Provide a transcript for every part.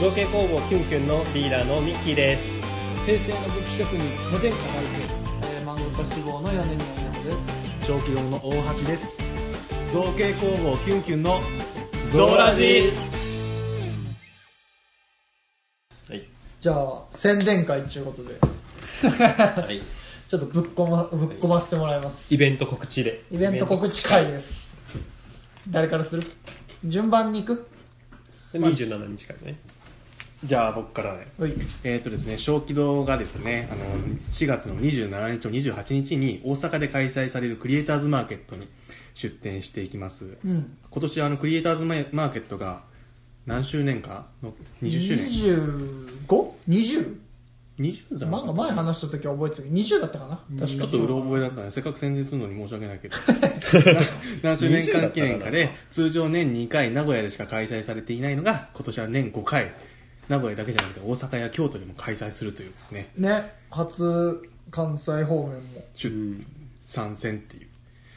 造形工房キュンキュンのリーダーのミッキーです平成の武器職人無前科大平漫画家志望の米宮山です長期堂の大橋です造形工房キュンキュンのはいじゃあ宣伝会っちゅうことではい ちょっとぶっこまぶっこませてもらいますイベント告知でイベント告知会です誰からする順番に行く27日からねじゃあ僕からねおいえっ、とですね小気堂がですねあの4月の27日と28日に大阪で開催されるクリエイターズマーケットに出展していきますうん今年あのクリエイターズマーケットが何周年かの20周年 25?20? 20だなんか前話した時は覚えてたけど20だったかな確ちかょっとうろ覚えだったねせっかく宣伝するのに申し訳 ないけどな何周年間記念かで通常年2回名古屋でしか開催されていないのが今年は年5回名古屋だけじゃなくて大阪や京都でも開催するというですねね初関西方面も出参戦っていう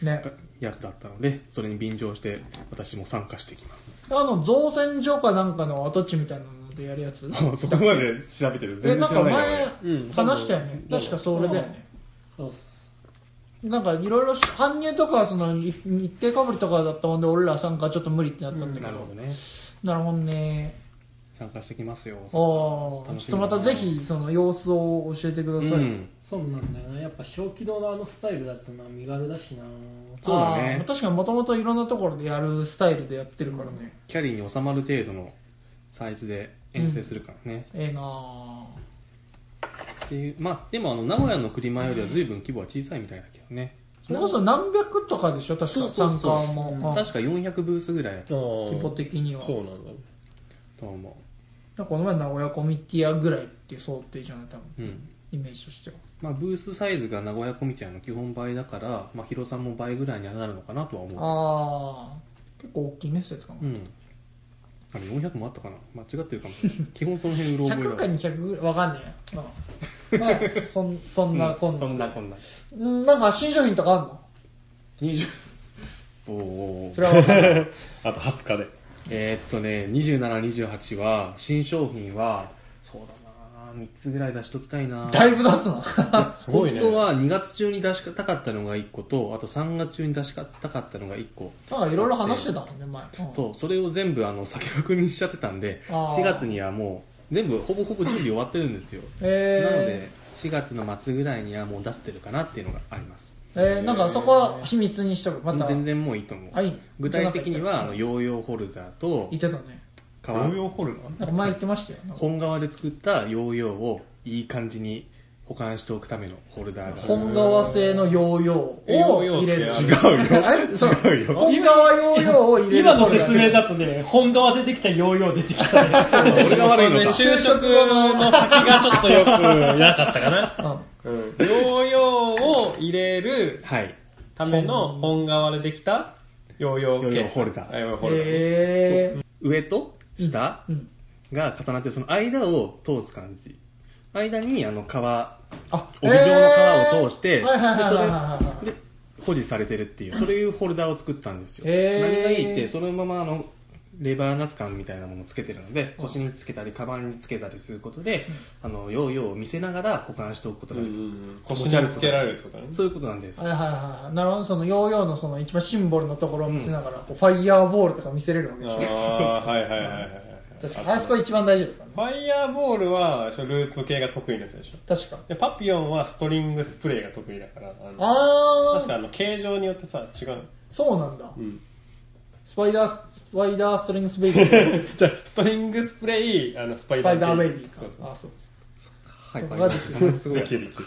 ねやつだったのでそれに便乗して私も参加してきますあの造船所かなんかの跡地みたいなのでやるやつ そこまで調べてるえ全な然ん知からない前からうん話したよね多分確かそれだよねそうなんかいろいろ搬入とかその日程かぶりとかだったもんで俺ら参加ちょっと無理ってなったんだけなるどほどねなるほどね参加してきますよああちょっとまたぜひその様子を教えてくだうさい、んそうなんだよな、やっぱ小気道のあのスタイルだとな身軽だしなそうだねあー確かにもともといろんなところでやるスタイルでやってるからね、キャリーに収まる程度のサイズで遠征するからね、ええなあっていうまあでもあの名古屋の栗間よりは随分規模は小さいみたいだけどねそれこそ何百とかでしょ確か参加も、うん確か400ブースぐらいだった規模的にはそうなんだと思なんかこの前名古屋コミティアぐらいっていう想定じゃない多分ううんイメージとしてはまあブースサイズが名古屋コミティアの基本倍だから、まあ、広さも倍ぐらいにはなるのかなとは思うああ結構大きいねそれとかも、うんあれ400もあったかな間違ってるかもしれない基本その辺うろ覚え100かだ200ぐらいわかんねえや、うんまあ そんそんなこんな、そうん、なこんなんなんか新商品とかあんの20おーおーそれはわか んない あと20日でえーっとね2728は新商品はそうだな3つぐらい出しときたいなだいぶ出すなすごいね本当は2月中に出したかったのが1個とあと3月中に出したかったのが1個なんかいろいろ話してたもんね前、うんそうそれを全部あの先送りにしちゃってたんであー4月にはもう全部ほぼほぼ準備終わってるんですよなのでえ4月の末ぐらいにはもう出せてるかなっていうのがありますー、えー、なんかそこは秘密にしとくまた全然もういいと思うあいい具体的にはあのヨーヨーホルダーと言ってたね革用ホルダなんか前言ってましたよなんか本革で作ったヨーヨーをいい感じに保管しておくためのホルダーが本革製のヨーヨーを入れるヨーヨーって違うよあれ そう違うよ本革ヨーヨーを入れる今の説明だだとね本側出てきたヨーヨー出てきたね俺が悪いのか就職の先がちょっとよくなかったかな ヨーヨーを入れるはいための本革でできたヨーヨーヨーケヨーースホルダーあヨーヨーホルダーえ上と下うんうんが重なってるその間を通す感じ間にあの皮あ帯状の皮を通して、えーはいはいはいはいはいはいでそれで保持されてるっていうそういうホルダーを作ったんですよ、へー何がいいってそのままあのレバーナス感みたいなものをつけてるので腰につけたりカバンにつけたりすることで、あのヨーヨーを見せながら保管しておくことができる、腰につけられるとかねそういうことなんです、はいはいはいはいなるほどそのヨーヨーのその一番シンボルのところを見せながら、こうファイヤーボールとか見せれるわけでしょああはいはいはいはい確かにあそこ一番大事ですからねファイヤーボールはそのループ系が得意なやつでしょ確かでパピオンはストリングスプレーが得意だからあのあ確あかあの形状によってさ違うのそうなんだ、んスパイダースパイダーストリングスベイビー じゃあストリングスプレイあのスパイスダパーイダーベイビーかそうそうあそうですはいここができる すごいできるできる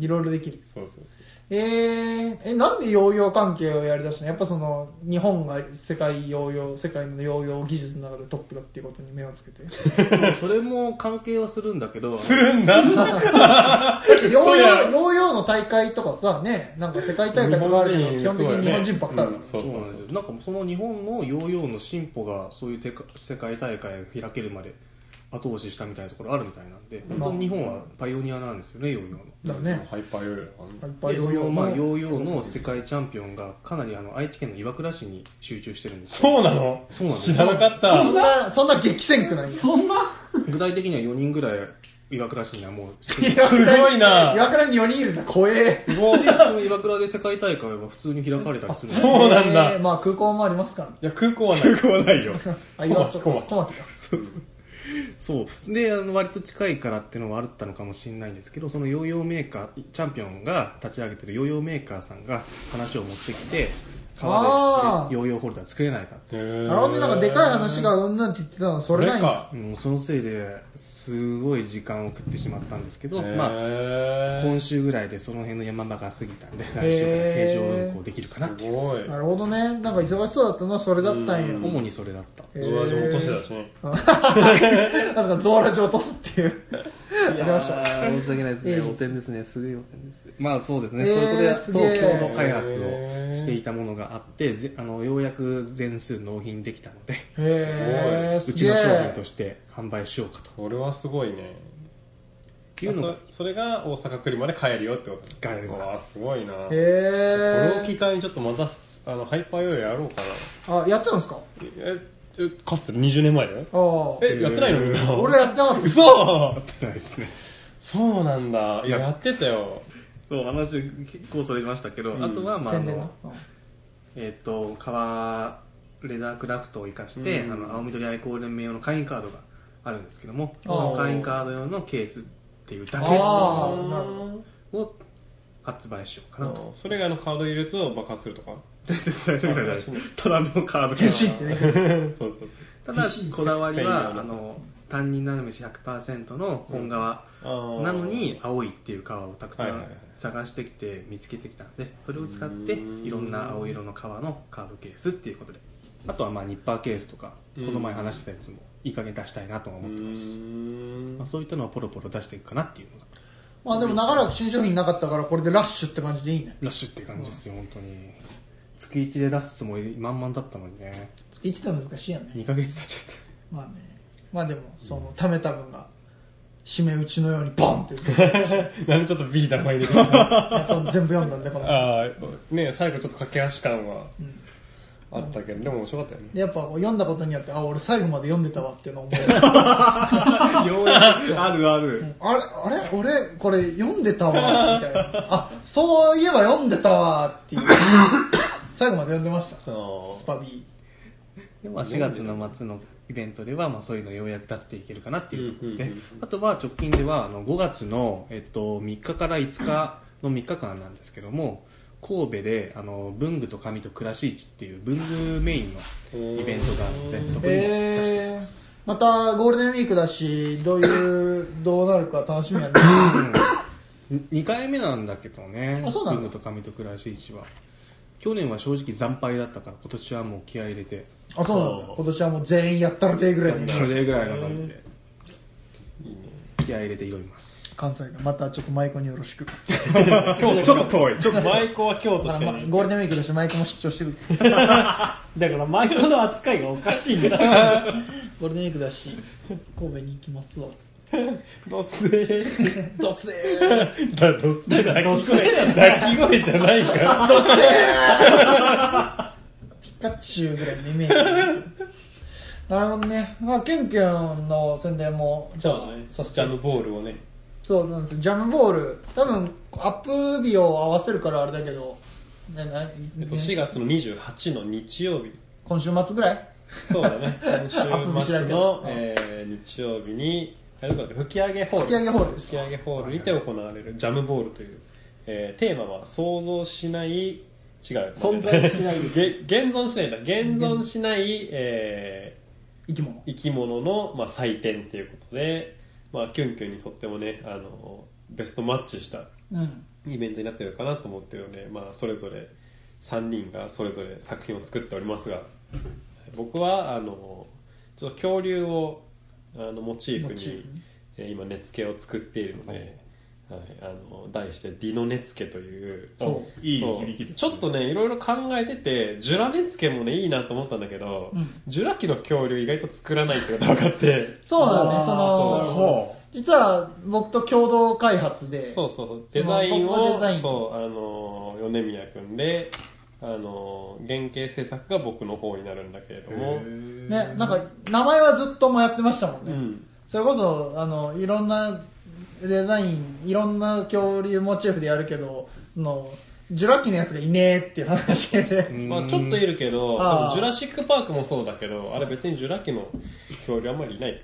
いろいろできるそうそうそうえー、えなんでヨーヨー関係をやりだしたのやっぱその日本が世界ヨーヨー世界のヨーヨー技術の中でトップだっていうことに目をつけてそれも関係はするんだけどするんだヨーヨーヨーヨーの大会とかさねなんか世界大会とかあるけど基本的に日本人ばっかりだから、うんそうそそううなんそでうすよなんかもうその日本のヨーヨーの進歩がそういうてか世界大会を開けるまで後押ししたみたいなところあるみたいなんで本当に日本はパイオニアなんですよねヨーヨーの。だねハイパーヨーヨいっーぱいヨーヨーまあ、ヨもーヨーの世界チャンピオンがかなりあの愛知県の岩倉市に集中してるんですよそうなのそうなの知らなかったそんなそんな激戦区ないんだそんな具体的には4人ぐらい岩倉市にはもうすすごいな岩倉に4人いるんだ怖えすごい。いその岩倉で世界大会は普通に開かれたりするあそうなんだえーまあ空港もありますからねや、空港はない。くはないよあ岩倉小牧小牧かそうであの割と近いからっていうのはあったのかもしれないんですけどそのヨーヨーメーカーチャンピオンが立ち上げてるヨーヨーメーカーさんが話を持ってきてあ川ーでヨーヨーホルダー作れないかってななるほどねなんかでかい話がうんなんって言ってたのそれないんだ。うんそのせいですごい時間を食ってしまったんですけど、まあ、あ今週ぐらいでその辺の山場が過ぎたんで来週からへ平ー常運行できるかなってすごい。なるほどねなんか忙しそうだったのはそれだったんやうん主にそれだったへーゾワジョ落としてたしね。なんかゾーラジ落とすっていうやりました申し訳ないですいいねです汚点ですねすげえ汚点ですねまあそうですね、えーそういうことでやっすとげえ共同開発をしていたものがあってぜあのようやく全数納品できたのでへえうすちげの商品えとして販売しようかとこれはすごいね。いうのがあそそれが大阪来るまで帰るよってことね帰りますわあすごいな。これをへえ機会にちょっとまたすあのハイパーヨーヨーやろうかな。あやってたんですかえ、えかつて20年前だよ。ああえ、やってないのみんな。俺やってなかった嘘ないですねそうなんだ。いや、いややってたよ。そう話結構それましたけど、うんあとはまああ宣伝のなうんえっ、と革レザークラフトを生かして、うんあの青緑愛好連盟用の会員カードがあるんですけどもあそーの会員カード用のケースっていうだけあをーなるほど発売しようかあなとのそれがあのカード入れると爆発するとか大丈夫ですただのカード厳しいってねそうそうただこだわりは専用のあの担任なるめし100%の本革あーなのに青いっていう革をたくさはいはいんはい探してきて見つけてきたのでそれを使ってうんいろんな青色の革のカードケースっていうことであとはまあニッパーケースとかこうんの前話してたやつもいい加減出したいなとはう思ってますーんまあそういったのはポロポロ出していくかなっていうのがまあでも長らく新商品なかったからこれでラッシュって感じでいいねラッシュって感じですよ本当に月1で出すつもり満々だったのにね月1って難しいよね2ヶ月経っち ゃったまあねまあでもその貯めた分が締め打ちのようにボンって言って なんでちょっと B 名前入れてるあやっと全部読んだんでこのあね最後ちょっと駆け足感はうんあったけどでも面白かったよねでやっぱこう読んだことによってあ俺最後まで読んでたわっていうのを思うようやくあるあるあれあれ俺これ読んでたわみたいなあそういえば読んでたわっていう最後まで読んでましたスパビーでまあ4月の末のイベントでは、まあ、そういうのをようやく出せていけるかなっていうところで、うんうんうんあとは直近ではあの5月の、えっと、3日から5日の3日間なんですけども神戸であの文具と紙と暮らし市っていう文具メインのイベントがあるのでそこにも出していえまーす、またゴールデンウィークだしどういうどうなるか楽しみやね2回目なんだけどねあそうなんだ文具と紙と暮らし市は去年は正直惨敗だったから今年はもう気合い入れてあそうなんだ今年はもう全員やったらでぐらいにそれぐらいな感じで気合い入れて挑みます関西がまたちょっと舞妓によろしく、今日ちょっと遠いちょっとマイコは京都ましあかまなあい。ゴールデンウィークだし舞妓も出張してるだからマイコの扱いがおかしいんだ。ゴールデンウィークだし神戸に行きますわどすえどっせーだどすえだどすえだ泣き声じゃないからどっせーピカチュウぐらいのイメージなるほどね、まあ、ケンケンの宣伝もじゃあねさサせスてちゃんのボールをねそうなんですジャムボール多分アップ日を合わせるからあれだけど、ねなえっと4月の28の日曜日今週末ぐらいそうだね今週末の、えー日曜日にあれどこだっけ吹き上げホール吹き上げホールで吹すき上げホールにて行われるジャムボールという、えーテーマは想像しない違う存在しないですげ現存しないんだ現存しない、え生き物ー生き物の、まあ、祭典ということで、まあ、キュンキュンにとってもねあのベストマッチしたうんイベントになってるかなと思ってるので、まあ、それぞれ3人がそれぞれ作品を作っておりますが僕はあのちょっと恐竜をあのモチーフモチーにフねえー今根付けを作っているので、はい、あの題して「ディノ根付」というそいいそう響きですちょっとねいろいろ考えててジュラ根付もねいいなと思ったんだけど、うんジュラ紀の恐竜意外と作らないってことが分かって。そうだねあーそそうのほ実は僕と共同開発でそうそうそうデザインその僕がをデザインそうあのー米宮君であのー原型制作が僕の方になるんだけれどうも、ねなんか名前はずっともやってましたもんうね、ん、それこそあのいろんなデザインいろんな恐竜モチーフでやるけどそのジュラ紀のやつがいねえっていう話でまあ、ちょっといるけど、多ああ分ジュラシック・パークもそうだけど、あれ別にジュラ紀の恐竜あんまりい ない。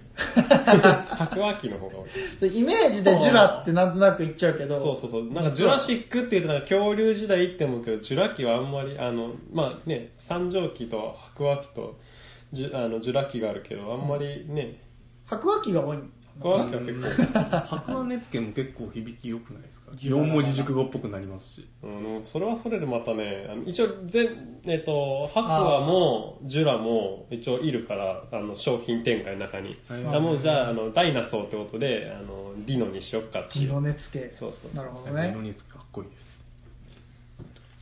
白亜紀の方が多い。それイメージでジュラってなんとなく言っちゃうけどそうそうそう。なんかジュラシックって言うとなんか恐竜時代って思うけど、ジュラ紀はあんまり、あの、まあね、三畳紀と白亜紀とジュあのジュラ紀があるけど、あんまりね、白亜紀が多いの白亜紀は結白亜熱圏も結構響き良くないですか4文字熟語っぽくなりますし構、あのそれはそれでまたね、あの一応全、えっと、白亜もジュラも一応いるから、あの商品展開の中に。あもうじゃああのダイナソーってことであのディノにしよっかってデいィノうネツ系そうそうそうなるほどねねのにかっこいいです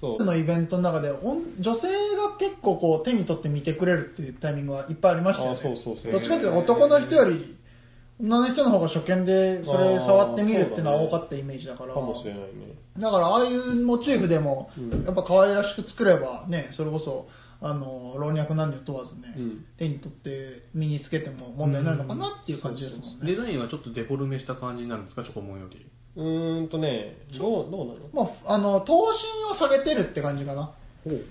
そのイベントの中でおん女性が結構こう手に取って見てくれるっていうタイミングはいっぱいありましたよねあそうそうそうどっちかっていうと男の人より女の人の方が初見でそれ触ってみるっていうのは多かったイメージだからうかもしれないねだからああいうモチーフでもうんやっぱ可愛らしく作ればねそれこそあの老若男女問わずね、うん手に取って身につけても問題ないのかなっていう感じですもんね、デザインはちょっとデフォルメした感じになるんですかチョコモンよりうーんとね どうどうなのまあ、あの頭身を下げてるって感じかなうん、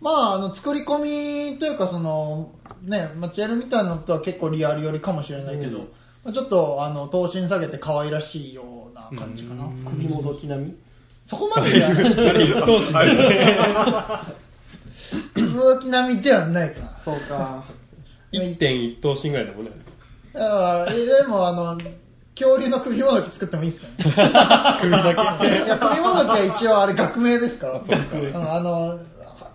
まああの作り込みというかそのねマチュアルみたいなのとは結構リアル寄りかもしれないけど、うんまあ、ちょっとあの頭身下げて可愛らしいような感じかな、うん首もどき並みそこまでじゃない どうし動き並みではないかなそうか一点一等身ぐらいだもんねだからえでもあの恐竜の首もどき作ってもいいですかね首だけいや首もどきは一応あれ学名ですからそうかうんあのは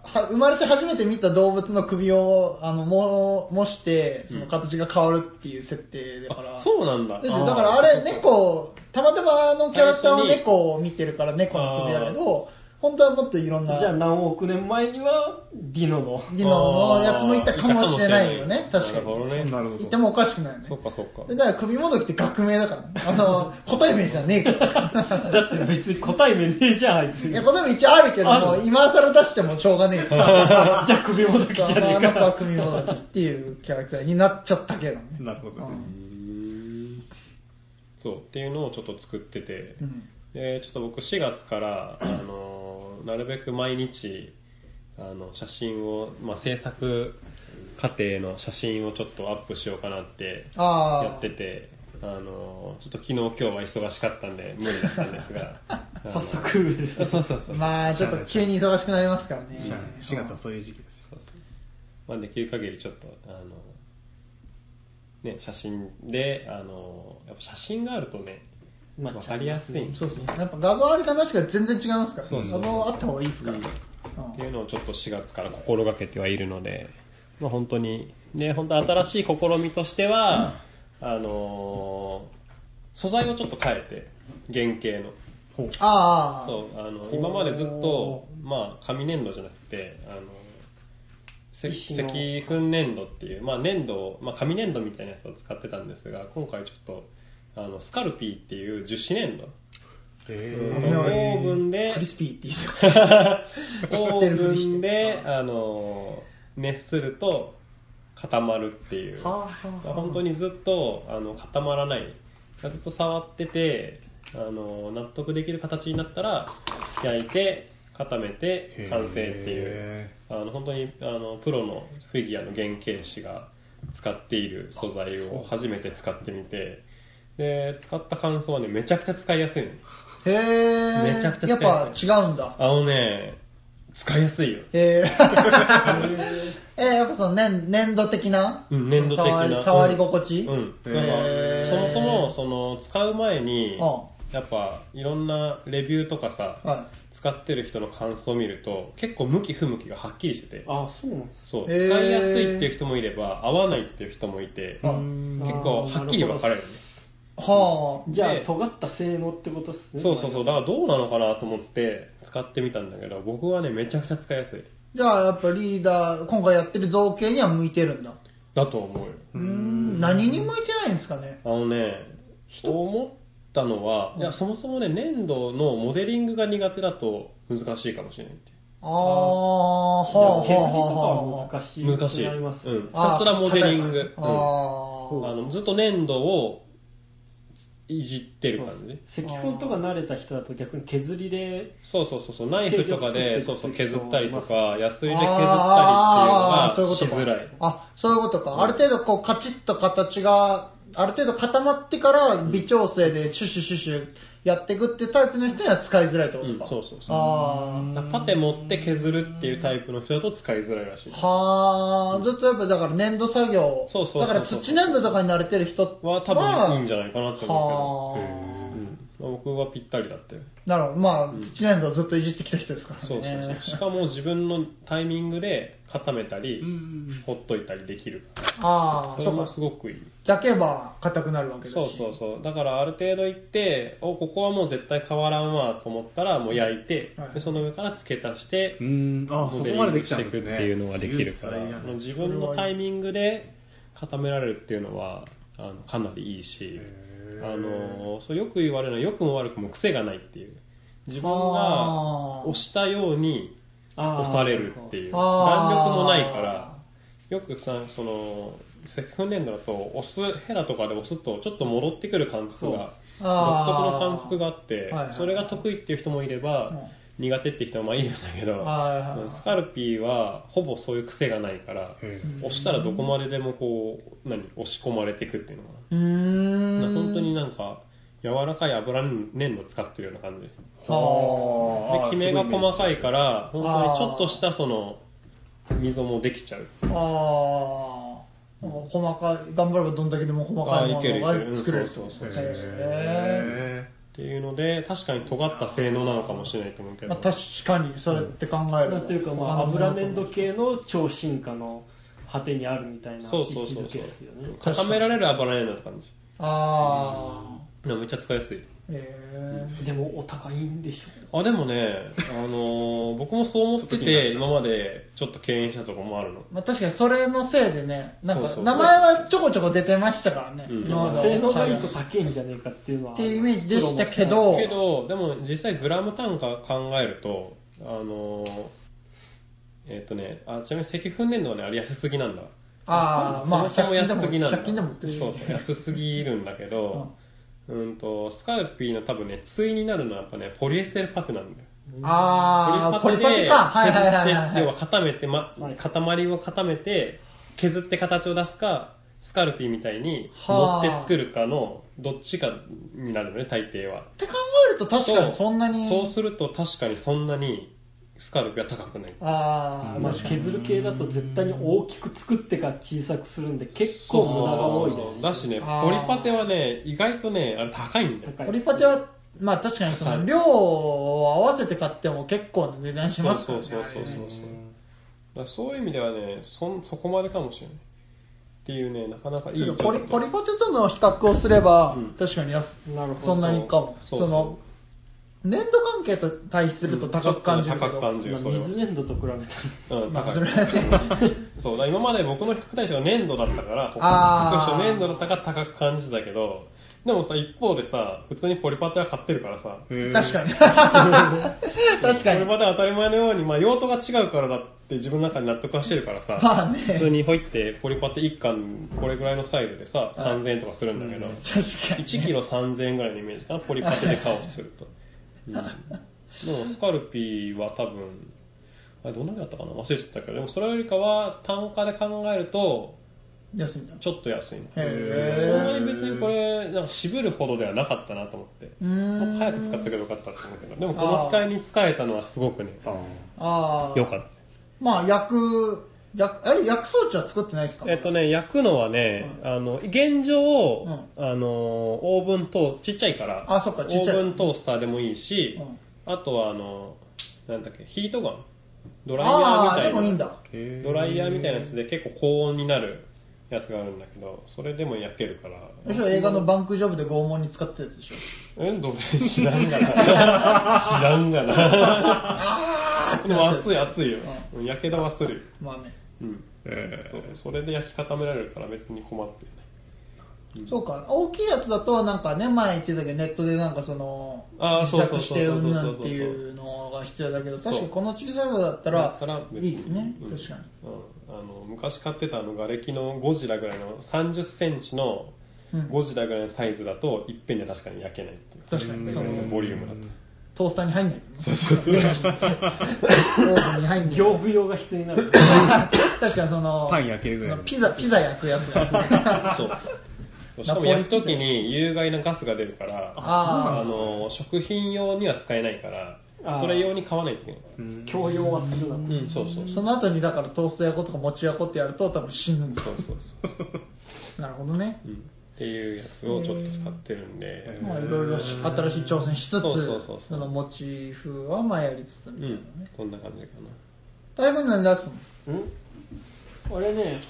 は生まれて初めて見た動物の首をあのも模してその形が変わるっていう設定だから、あそうなんだですよだからあれ猫たまたまあのキャラクターは最初に猫を見てるから猫の首だけど本当はもっといろんな じゃあ何億年前にはディノのディノのやつもいたかもしれないよねあー確かなるほにどね なるほいどてもおかしくないよねそうかそうかでだから首もどきって学名 だから、ね、あの答え名じゃねえからだって別に答え目ねえじゃんあいついじやゃ答え名一応あるけどあも今更出してもしょうがね えからあ首もどきじゃまあねあえの子かは組もどきっていうキャラクターになっちゃったけどねなるほどねうーんそうっていうのをちょっと作っててうんでちょっと僕4月から、あのなるべく毎日あの写真を、まあ、制作過程の写真をちょっとアップしようかなってああやってて、あのちょっと昨日今日は忙しかったんで無理だったんです が早速ですそうそうそうそうまあちょっと急に忙しくなりますからね4月はそういう時期ですそうそうまあ、できる限りちょっとあの、ね、写真であのやっぱ写真があるとねまあわかりやすいそう そうやっぱ画像ありかなしか全然違いますからそうそう画像あった方がいいですから、うんうんっていうのをちょっと4月から心がけてはいるので、まあ、本当にね本当新しい試みとしては、あのー素材をちょっと変えて原型のああそうあの今までずっと、まあ、紙粘土じゃなくてあの石石石の粉粘土っていう、まあ、粘土を、まあ、紙粘土みたいなやつを使ってたんですが今回ちょっとあのスカルピーっていう樹脂粘土へオ危ないーブンでクリスピーっていいっすよオてーるふブりしてンで、あの熱すると固まるっていうーは本当にずっとあの固まらないずっと触っててあの納得できる形になったら焼いて固めて完成っていううあの本当にあのプロのフィギュアの原型師が使っている素材を初めて使ってみてで使った感想はねめちゃくちゃ使いやすいのへえめちゃくちゃ近やっいぱ違うんだあのね使いやすいよへええーやっぱその粘粘土的な,、うん粘土的な触り触り心地、うん、へなんかーそもそもその使う前にあやっぱいろんなレビューとかさは使ってる人の感想を見ると結構向き不向きがはっきりしててあそうなんですそう使へーいやすいっていう人もいれば合わないっていう人もいてあ結構はっきり分かれるねいはじゃあで尖った性能ってことっすねそうそうそうだからどうなのかなと思って使ってみたんだけど僕はねめちゃくちゃ使いやすいあじゃあやっぱリーダー今回やってる造形には向いてるんだだと思うようーん何に向いてないんですかねあのね思ったのは、いやそもそもね粘土のモデリングが苦手だと難しいかもしれないっていうあーはあはあ削りとかはあはあは難しい難しいなりますうん、ひあーたすらモデリング、あーほうあのずっと粘土をいじってる感じ石粉とか慣れた人だと逆に削りでそうそうそうそうナイフとかでケーキそをう作そっうてる人削ったりとか安いで削ったりっていうのあーあーあがーそういうこしとかづらいあ、そういうことか。ある程度こうカチッと形が、ある程度固まってから微調整でシュシュシュシュやっていくってタイプの人には使いづらいってことか。うんそうそうそうああ。だからパテ持って削るっていうタイプの人だと使いづらいらしいはあ、ずっとやっぱだから粘土作業。そうそうそうそうだから土粘土とかに慣れてる人は、は多分いいんじゃないかなって思はうけど、うんまあ、僕はぴったりだったよあ。なるほど。まあ、土粘土をずっといじってきた人ですからね。そうそうそうしかも自分のタイミングで固めたり、ほっといたりできるあそあ、れそうもか。すごくいい焼けば硬くなるわけだし。そうそうそうだからある程度行っておここはもう絶対変わらんわと思ったらもう焼いて、はいでその上から付け足してうーんあそモこデリまでンでグきしちてゃういんでくすってねいうのができるから自由自在やな自分のタイミングで固められるっていうのはあのかなりいいしあのそうよく言われるのは良くも悪くも癖がないっていう自分があ押したように押されるっていう弾あー力もないからよくさその石粉粘土だと押すヘラとかで押すとちょっと戻ってくる感覚そうが独特あの感ー覚があって、はいはいそれが得意っていう人もいれば、うん苦手って人はまあいるんだけど、はいはいはいスカルピーはほぼそういう癖がないから、へ押したらどこまででもこう何押し込まれていくっていうのかうーん。な、本当になんか柔らかい油粘土使ってるような感じではあ。きめが細かいからい本イメージ当にちょっとしたその溝もできちゃうああ、細かい、頑張ればどんだけでも細かいあーもいけるのいがけるうん作れるってそこうとそうそうへえっていうので確かに尖った性能なのかもしれないと思うけーど、まあ確かに、そうやって考えるなんていうかまあ油粘土系の超進化の果てにあるみたいな位置そうそうそうそうづけっすよね固められる油粘土って感じあでもめっちゃ使いやすいあ、えでもお高いんでしょあでもね、あのー僕もそう思ってて今までちょっと敬遠したとこもあるのー。まあ確かにそれのせいでね、なんそうかそう名前はちょこちょこ出てましたからね、うんま今まあでは性能がいいと高いんじゃねえかっていうのはっていうイメージでしたけプロもど、けどでも実際グラム単価考えるとあのーえっ、とねあちなみに石粉粘土はねあれ安すぎなんだああ、まあそもそも100安すぎ均なでんだも、100均でも売ってるしそうそう安すぎるんだけど、うんとスカルピーの多分ね対になるのはやっぱねポリエステルパテなんだよああ、ポリパテでか。はいはいはい削ってはい要はは。い固めて、まはい、塊を固めて削って形を出すかスカルピーみたいには持あって作るかのどっちかになるのね大抵はって考えると確かにそんなに、そうすると確かにそんなにスカルピーは高くないああ、まあ、削る系だと絶対に大きく作ってから小さくするんで結構無駄が多いですだしねあーポリパテはね意外とねあれ高いんだよ高いオリパテは、まあ確かにその量を合わせて買っても結構な値段しそうますかそらうね。そうそうそうそうあれねだからそういう意味ではねそんそこまでかもしれないっていうねなかなかいいちょっとポリちょっとポリパテとの比較をすれば、確かに安なるほどそんなにかも。そそうそうの、粘土関係と対比すると高く感じるけちょっと高くど。感じるそまあれは水粘土と比べたらうん、ま高あいそれ そうだ今まで僕の比較対象は粘土だったから比あー較粘土だったから高く感じてたけどでもさ一方でさ普通にポリパテは買ってるからさポリへえ確かに。 確かに。パテは当たり前のように、まあ、用途が違うからだって自分の中に納得はしてるからさ、まあね普通にほいってポリパテ1巻これぐらいのサイズでさ3000円とかするんだけど、確かに。 1キロ3000円ぐらいのイメージかなポリパテで買おうとすると、 うん、でもスカルピーは多分あれどんなにだったかな忘れちゃったけどでもそれよりかは単価で考えると安いんだ。ちょっと安いのへそんなえ。に別にこれなんか渋るほどではなかったなと思ってもっと早く使ってけばよかったと思うけどでもこの機会に使えたのはすごくねあーあよあ。かったまあ焼く、焼く、あれ焼く装置は作ってないですかえっとね焼くのはね、あの現状、うんあのオーブントーちっちゃいからあそっかちっちゃいオーブントースターでもいいし、うんあとはあのなんだっけヒートガンドライヤーみああ、たでいなもいいんだ。へえドライヤーみたいなやつで結構高温になるやつがあるんだけどそれでも焼けるからむしろ映画のバンクジョブで拷問に使ってたやつでしょ。えどれ知らん がな知らんがなでも熱い熱いようんやけどはするよまあね。うんそうそれで焼き固められるから別に困ってないそうか大きいやつだとなんかね前言ってたけどネットでなんかそのあー自そうそう作そうしそうてうんぬんっていうのが必要だけどそう確かにこの小さいのだっただったららい別にいですねうん確かうん、あの昔買ってたあの瓦礫のゴジラぐらいの3 0ンチのにうんゴジラぐらいのサイズだといっぺんで確かに焼けないっていう確かにそのボリュームだとトースターに入んないそうそうそうオーブンに入んない業務用が必要になる確かにそのパン焼けるぐらいのピザピザ焼くやつですね そうしかも焼くときに有害なガスが出るからああの食品用には使えないからあーそれ用に買わないといけない強要はするなうんそうそうあそうその後にだからトースト焼こうとか餅焼こうってやると多分死ぬんだそうそうそう、なるほどねうん、っていうやつをちょっと使ってるんで、えまあいろいろし新しい挑戦しつそうそうそうそうつその餅風はまあやりつつみたういなんこんな感じかだいぶなんだすもんうん俺ね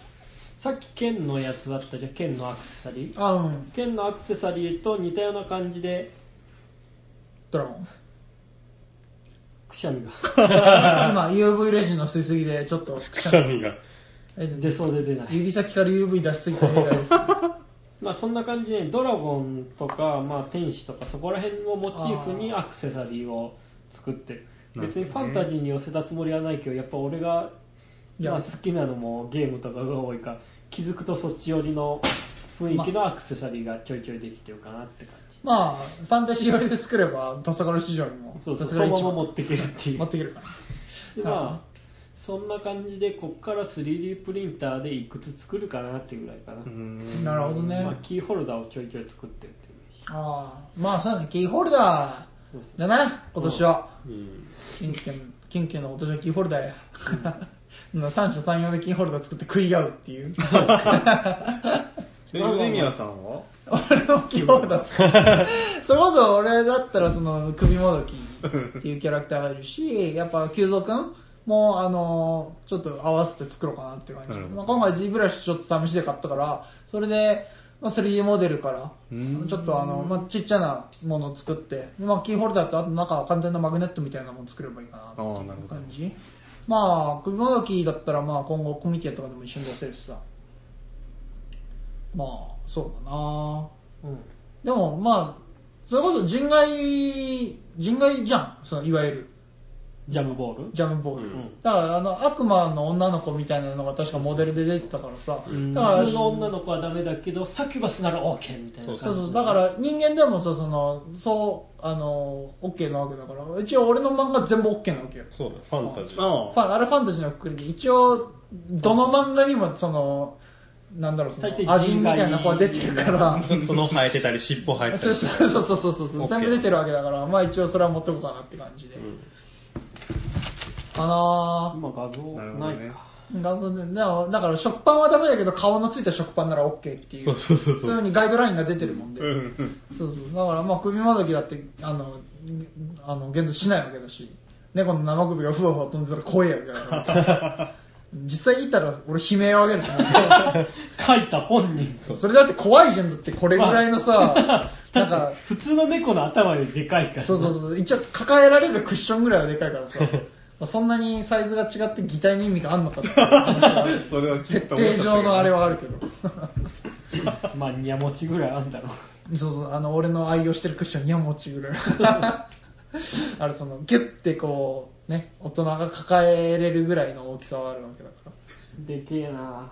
さっき剣のやつだったじゃん剣のアクセサリーあうん剣のアクセサリーと似たような感じでドラゴ ンくしゃみが今 UV レジの吸いすぎでちょっとなくしゃみがえ出そうで出ない指先から UV 出しすぎた映画です まあそんな感じでドラゴンとか、まあ、天使とかそこら辺をモチーフにアクセサリーを作ってる別にファンタジーに寄せたつもりはないけどやっぱ俺がいやまあ好きなのもゲームとかが多いから気づくとそっち寄りの雰囲気のアクセサリーがちょいちょいできてるかなって感じ、まあファンタジー寄りで作れば土佐の市場にもそうそう土そ佐ののま市ま場持っていけるっていう持ってくるからでまあそんな感じでこっから 3D プリンターでいくつ作るかなってぐらいかな、うんなるほどねまあ、キーホルダーをちょいちょい作ってるっていうしああまあそうだねキーホルダそうそうーだな今年はうんキンキンキンキンの今年はキーホルダーや 三者三様でキーホルダー作って食い合うっていうで梅宮さんは俺もキーホルダー作って それこそ俺だったらその首もどきっていうキャラクターがいるしやっぱ久蔵くんもあのちょっと合わせて作ろうかなって感じ、なるほどまあ、今回 G ブラシちょっと試しで買ったからそれで、まあ、3D モデルからうんちょっとあの、まあ、ちっちゃなものを作って、まあ、キーホルダーとあと中は簡単なマグネットみたいなものを作ればいいかなってああなるほど感じまあ首もどきだったらまあ今後コミケとかでも一緒に出せるしさまあそうだなうんでもまあそれこそ人外人外じゃんそのいわゆるジャムボールジャムボーうル、んだからあの悪魔の女の子みたいなのが確かモデルで出てたからさ、だから普通の女の子はダメだけどサキュバスなら OK みたいな感じそうそうだから人間でもさそのそうあの OK なわけだから一応俺の漫画全部 OK なわけよそうだねファンタジーあファンあれファンタジーのくくりで一応どの漫画にもそのなんだろうその大抵アジンみたいな子は出てるから角生えてたり尻尾生えてたそりうそうそうそうそうそう OK 全部出てるわけだからまあ一応それは持ってこうかなって感じで、んあの今画像なるほどないねかー画像でだからだから食パンはダメだけど顔のついた食パンなら OK っていうそうそうそうそうそいううふうにガイドラインが出てるもんで、うんうんそうそうだからまあ首まどきだってあのあの現像しないわけだし猫の生首がふわふわ飛んでたら怖いわけだから実際いたら俺悲鳴を上げると思う書いた本人そうそれだって怖いじゃんだってこれぐらいのさなん確かかに普通の猫の頭よりでかいからそうそうそう一応抱えられるクッションぐらいはでかいからさまあそんなにサイズが違って擬態に意味があんのかっていう話はそれはきっ設と思っ定ちゃったけど上のあれはあるけどまあニャモチぐらいあんだろうそうそうあの俺の愛用してるクッションには持ちぐらい あれそのギュッてこうね大人が抱えれるぐらいの大きさはあるわけだからでけえな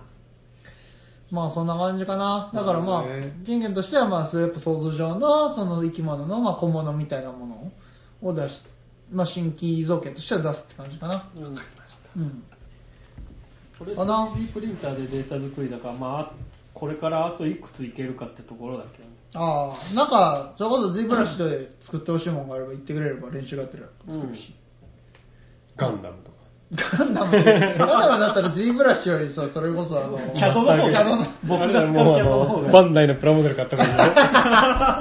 まあそんな感じかなだからまあ、なるほどね人間としてはまあそういうやっぱ想像上のその生き物のまあ小物みたいなものを出しまあ新規造形としては出すって感じかなうんうんこれあな 3D プリンターでデータ作りだからまあこれからあといくついけるかってところだけどねああなんかそれこそ Z ブラシで作ってほしいものがあれば言ってくれれば練習があってら作るし、ガンダムとかガンダムねガンダムだったら Z ブラシよりさそれこそあのキャドの方キャドの僕あれがだ使うキもうあャドの方のがバンダイのプラモデル買ったから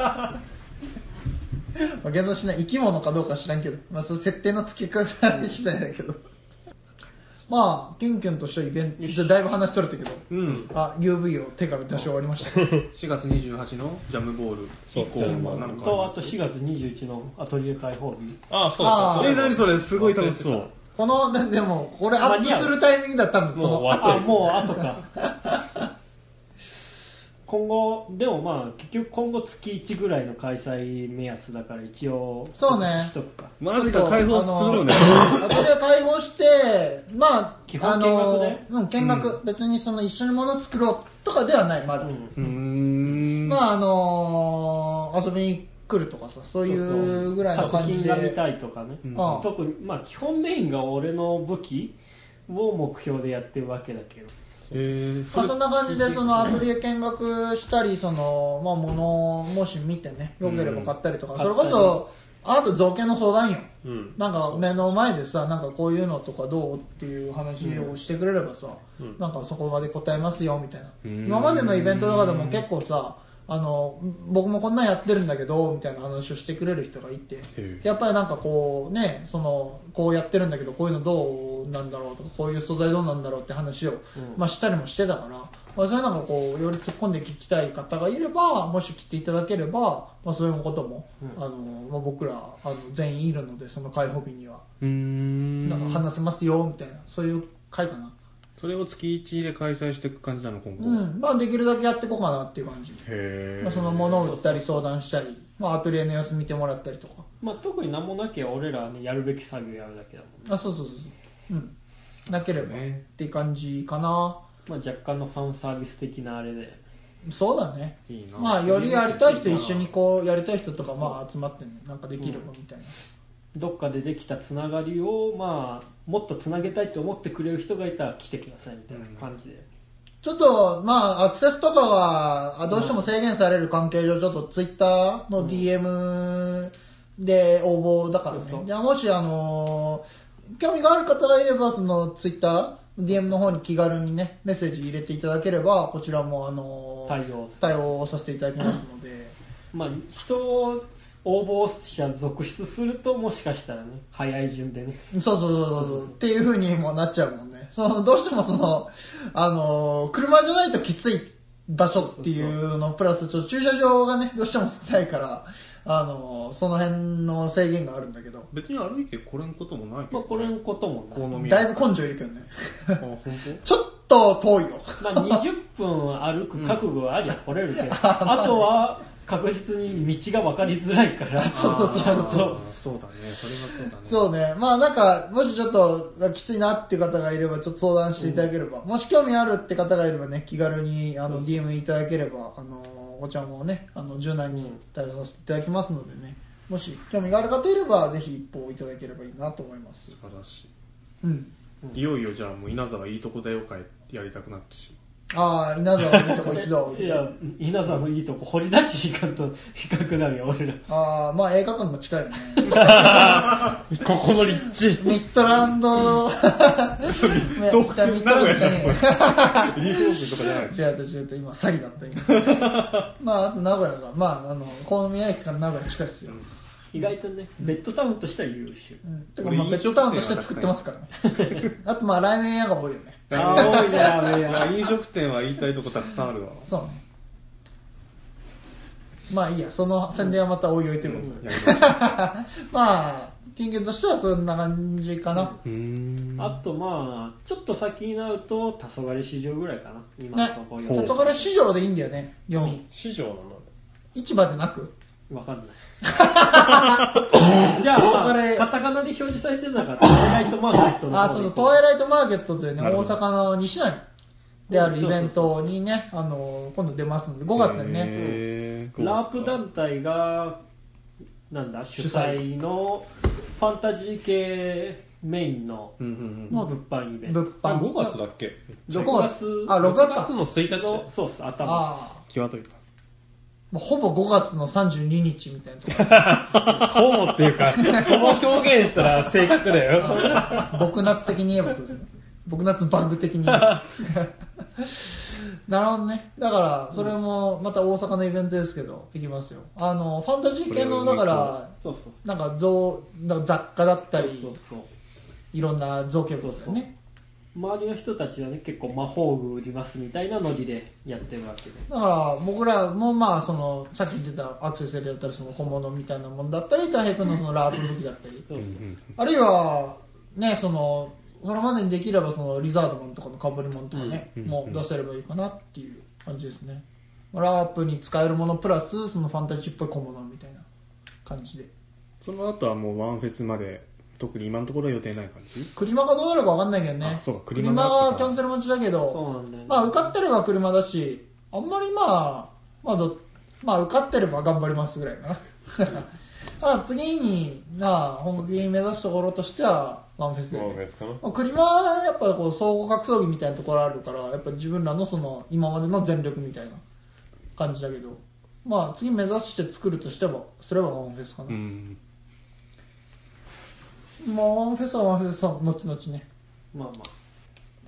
ねまあ、現像しない生き物かどうかは知らんけど、まあ、その設定の付け方次第だけどまあキュンキュンとしたイベンよしトだいぶ話それたけどうんあ UV を手から出し終わりました4月28日のジャムボールそう以降ジャムボはールなんとあかと4月21のアトリエ開放日ああそうあだーえ何それすごい楽しそうこのででもこれアップするタイミングだ多分そもうの終わあもうあとか今後でもまあ結局今後月1ぐらいの開催目安だから一応そうね告知しとくかマジか解放するねアトリエ開放してまあ基本見学ねあのうん見学、別にその一緒に物作ろうとかではないまだ、うーんまああのー遊びに来るとかさそういうぐらいの感じで作品が見たいとかね、うんああ特にまあ基本メインが俺の武器を目標でやってるわけだけどえー、まあ、れそんな感じでそのアトリエ見学したりその、まあ、物をもし見てねよければ買ったりとか、んそれこそアート造形の相談ようんなんか目の前でさなんかこういうのとかどうっていう話をしてくれればさ、んなんかそこまで答えますよみたいな、うん今までのイベントとかでも結構さあの僕もこんなんやってるんだけどみたいな話をしてくれる人がいてえやっぱりなんかこうねそのこうやってるんだけどこういうのどうなんだろうとかこういう素材どうなんだろうって話を、まあ、したりもしてたから、まあ、それなんかこうより突っ込んで聞きたい方がいればもし来ていただければ、まあ、そういうことも、あのまあ、僕らあの全員いるのでその開放日にはうーんなんか話せますよみたいなそういう会かな、それを月1で開催していく感じなの今後、うへんまあ、できるだけやっていこうかなっていう感じ、えまあ、その物を売ったり相談したり、まあ、アトリエの様子見てもらったりとかまあ特に何もなきゃ俺らねやるべき作業やるだけだもんあそうそうそうそううんなければねっていう感じかなまあ、若干のファンサービス的なあれでそうだねいいなまあよりやりたい人一緒にこうやりたい人とかまあ集まってねなんかできればみたいな、どっかでできたつながりを、まあ、もっとつなげたいと思ってくれる人がいたら来てくださいみたいな感じで、ちょっとまあアクセスとかはあどうしても制限される関係上ちょっとツイッターの DM で応募だからね、そうそうじゃあもしあのー興味がある方がいればそのツイッター DM の方に気軽にねメッセージ入れていただければこちらもあのー対応する対応させていただきますので、まあ、人を応募者続出するともしかしたらね早い順でねそうそうそうそうそうっていうふうにもなっちゃうもんねそのどうしてもその、あのー車じゃないときつい場所っていうのプラスちょっと駐車場がねどうしても少ないから、あのーその辺の制限があるんだけど別に歩いてこれんこともないけど、まあこれのこともこね、の宮だいぶ根性いるけどねあ本ちょっと遠いよまあ、20分歩く覚悟はありゃ来れるけど、 あとは確実に道が分かりづらいから そうそうそうそう当あーそうだねそれはそうだねそうねまあなんかもしちょっときついなって方がいればちょっと相談していただければ、もし興味あるって方がいればね気軽にあの DM いただければあのお茶もねあの柔軟に対応させていただきますのでねもし興味がある方いればぜひ一報いただければいいなと思います素晴らしうんいいよいよじゃあもう稲沢いいとこだよ会やりたくなってしああ稲沢いいとこ一度 いや稲沢のいいとこ掘り出していかんと比較なるよ俺らああまあ映画館も近いよねここの立地ミッドランドめっ ちゃミッドランドじゃねえよまうユニフォームとかじゃない違う違う違う今詐欺だった今まああと名古屋がまああの神宮駅から名古屋近いですよ、意外とねベッドタウンとしては優秀うん、てかまあベッドタウンとして作ってますからねあとまあラーメン屋が多いよねあ多いねラーメンいや屋飲食店は言いたいとこたくさんあるわそうねまあいいやその宣伝はまたおいおいということで、やり ましょまあ金券としてはそんな感じかな、ううーんあとまあちょっと先になると黄昏市場ぐらいかな今のところよそりこから市場でいいんだよね読み市場なの市場でなくわかんないじゃあ、まこれあ、カタカナで表示されてなかったらトワイライトマーケットのあ方そうにそう、トワイライトマーケットというね、なる大ほど阪の西成であるイベントにね、あの、今度出ますので、5月にね、へーラープ団体がなんだ主催のファンタジー系メインのうんうんも物う販イベン物トあ販。 5月だっけ6月あ、6月か。の1日のそうっす頭ああ。際どいたもうほぼ5月の32日みたいな とこほぼっていうかその表現したら正確だよ僕夏的に言えばそうですね。僕夏バグ的に言え ば。なるほどね。だから、それもまた大阪のイベントですけど、行きますよ。あの、ファンタジー系の、だから、そうそうなんか像、なんか雑貨だったそうりそう、そういろんな造形物ですよね。周りの人たちはね結構魔法具売りますみたいなノリでやってるわけでだから僕らもまあそのさっき言ってたアクセサリーだったりその小物みたいなもんだったり太平君のそのラープ武器だったりそうそうあるいはねそのそれまでにできればそのリザードマンとかの被り物とかねもう出せればいいかなっていう感じですねラープに使えるものプラスそのファンタジーっぽい小物みたいな感じでその後はもうワンフェスまで特に今のところ予定ない感じ車がどうなるか分かんないけどねあそうか車車ががキャンセル待ちだけどそうなんだよねまあ受かってれば車だしあんまりまあまあどまあ受かってれば頑張りますぐらいかな まあ次になあ本気目指すところとしてはワンフェスだよもねうですかなまあ、車はやっぱこう総合格闘技みたいなところあるからやっぱ自分らのその今までの全力みたいな感じだけどまあ次目指して作るとしてもすればワンフェスかな、うんまあワンフェスはワンフェスは後々ねまあま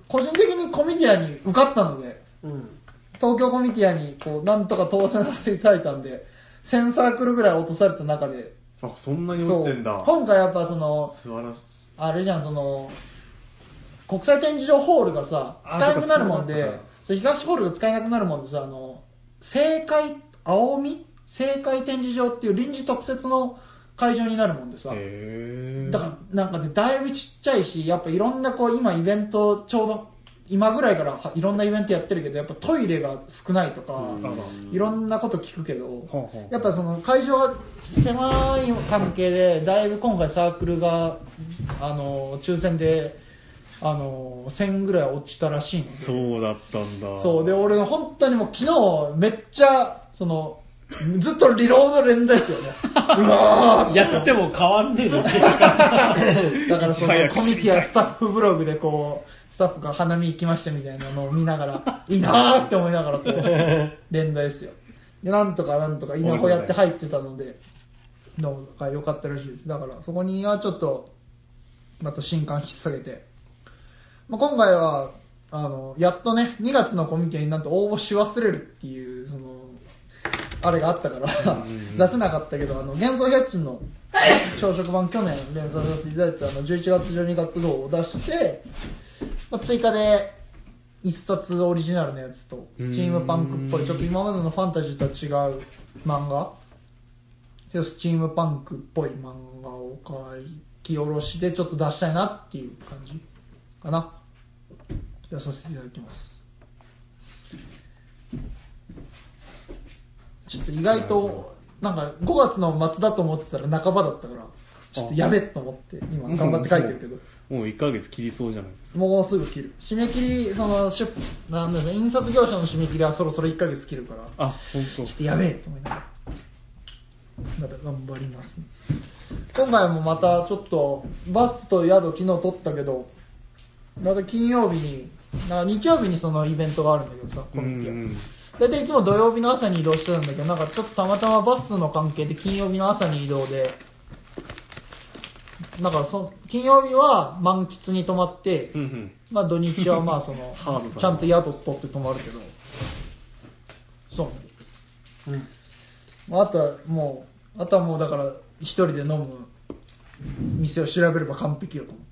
個人的にコミティアに受かったのであうん東京コミティアにこうなんとか当選させていただいたんで1000サークルぐらい落とされた中であそんなに落そちてうんだ今回やっぱその素晴らしいあれじゃんその国際展示場ホールがさあ使えなくなるもんそうかでそうかそう東ホールが使えなくなるもんでさあの青海青海青海展示場っていう臨時特設の会場になるもんでさへえだからなんかねだいぶちっちゃいしやっぱいろんなこう今イベントちょうど今ぐらいからはいろんなイベントやってるけどやっぱトイレが少ないとかんいろんなこと聞くけどほうほうやっぱその会場が狭い関係でだいぶ今回サークルがあの抽選であの1000ぐらい落ちたらしいのでそうだったんだそうで俺本当にもう昨日めっちゃそのずっとリロード連打ですよねうわやっても変わんね えのーだからその早くコミュニティアスタッフブログでこうスタッフが花見行きましたみたいなのを見ながらいいなーって思いながらこう連打ですよでなんとかなんとか稲穂やって入ってたのでのが良かったらしいですだからそこにはちょっとまた新刊引っ提げて、まあ、今回はあのやっとね2月のコミュニティになんと応募し忘れるっていうそのあれがあったから出せなかったけどあの幻想百珍の朝食版去年連載させていただいたあの11月12月号を出して、まあ、追加で一冊オリジナルのやつとスチームパンクっぽいちょっと今までのファンタジーとは違う漫画ちょっとスチームパンクっぽい漫画を書き下ろしでちょっと出したいなっていう感じかなじゃあさせていただきますちょっと意外となんか5月の末だと思ってたら半ばだったからちょっとやべえと思って今頑張って書いてるけどもう1ヶ月切りそうじゃないですかもうすぐ切る締め切りその出なんだろうね印刷業者の締め切りはそろそろ1ヶ月切るからあ本当。ちょっとやべえと思いながらまた頑張ります、今回もまたちょっとバスと宿昨日取ったけどまた金曜日になんか日曜日にそのイベントがあるんだけどさコうミュニティはん大体いつも土曜日の朝に移動してたんだけどなんかちょっとたまたまバスの関係で金曜日の朝に移動でだからそ金曜日は満喫に泊まって、うんうんまあ土日はまあその ハードだねちゃんと宿取って泊まるけどそうね、まあ、あとはもうあとはもうだから一人で飲む店を調べれば完璧よと思っ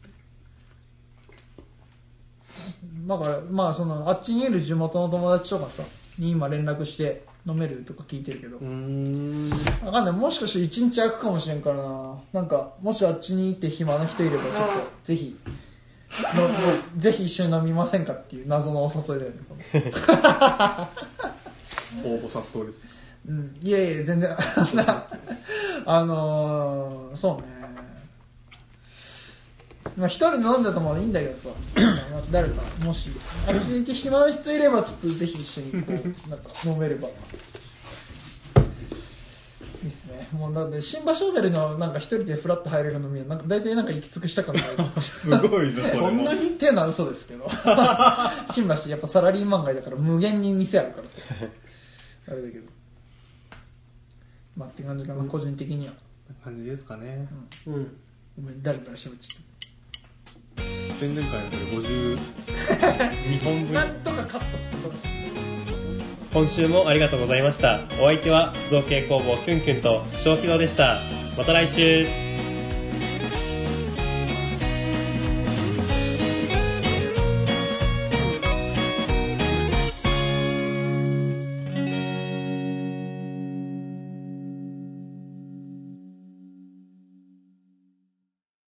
てだからまあそのあっちにいる地元の友達とかさに今連絡して飲めるとか聞いてるけど、うーんわかんないもしかして一日空くかもしれんからななんかもしあっちに行って暇な人いればちょっとぜひのぜひ一緒に飲みませんかっていう謎のお誘いだよねこれ応募殺到ですうんいやいや全然 あんなあのー、そうねまあ一人で飲んだともいいんだけどさまあ誰かもしあっちに行って暇な人いればちょっとぜひ一緒にこうなんか飲めればいいっすねもうだって新橋ホテルのなんか一人でフラッと入れる飲みはなんか大体なんか行き尽くした感があるすごいなそそ れんもなにっていうのは嘘ですけど新橋やっぱサラリーマン街だから無限に店あるからさあれだけどまあって感じかな個人的には感じですかねうんごめん誰から喋っちゃっ宣伝会のこれ50日本た分なんとかカットしてこい今週もありがとうございましたお相手は造形工房キュンキュンと小規模でしたまた来週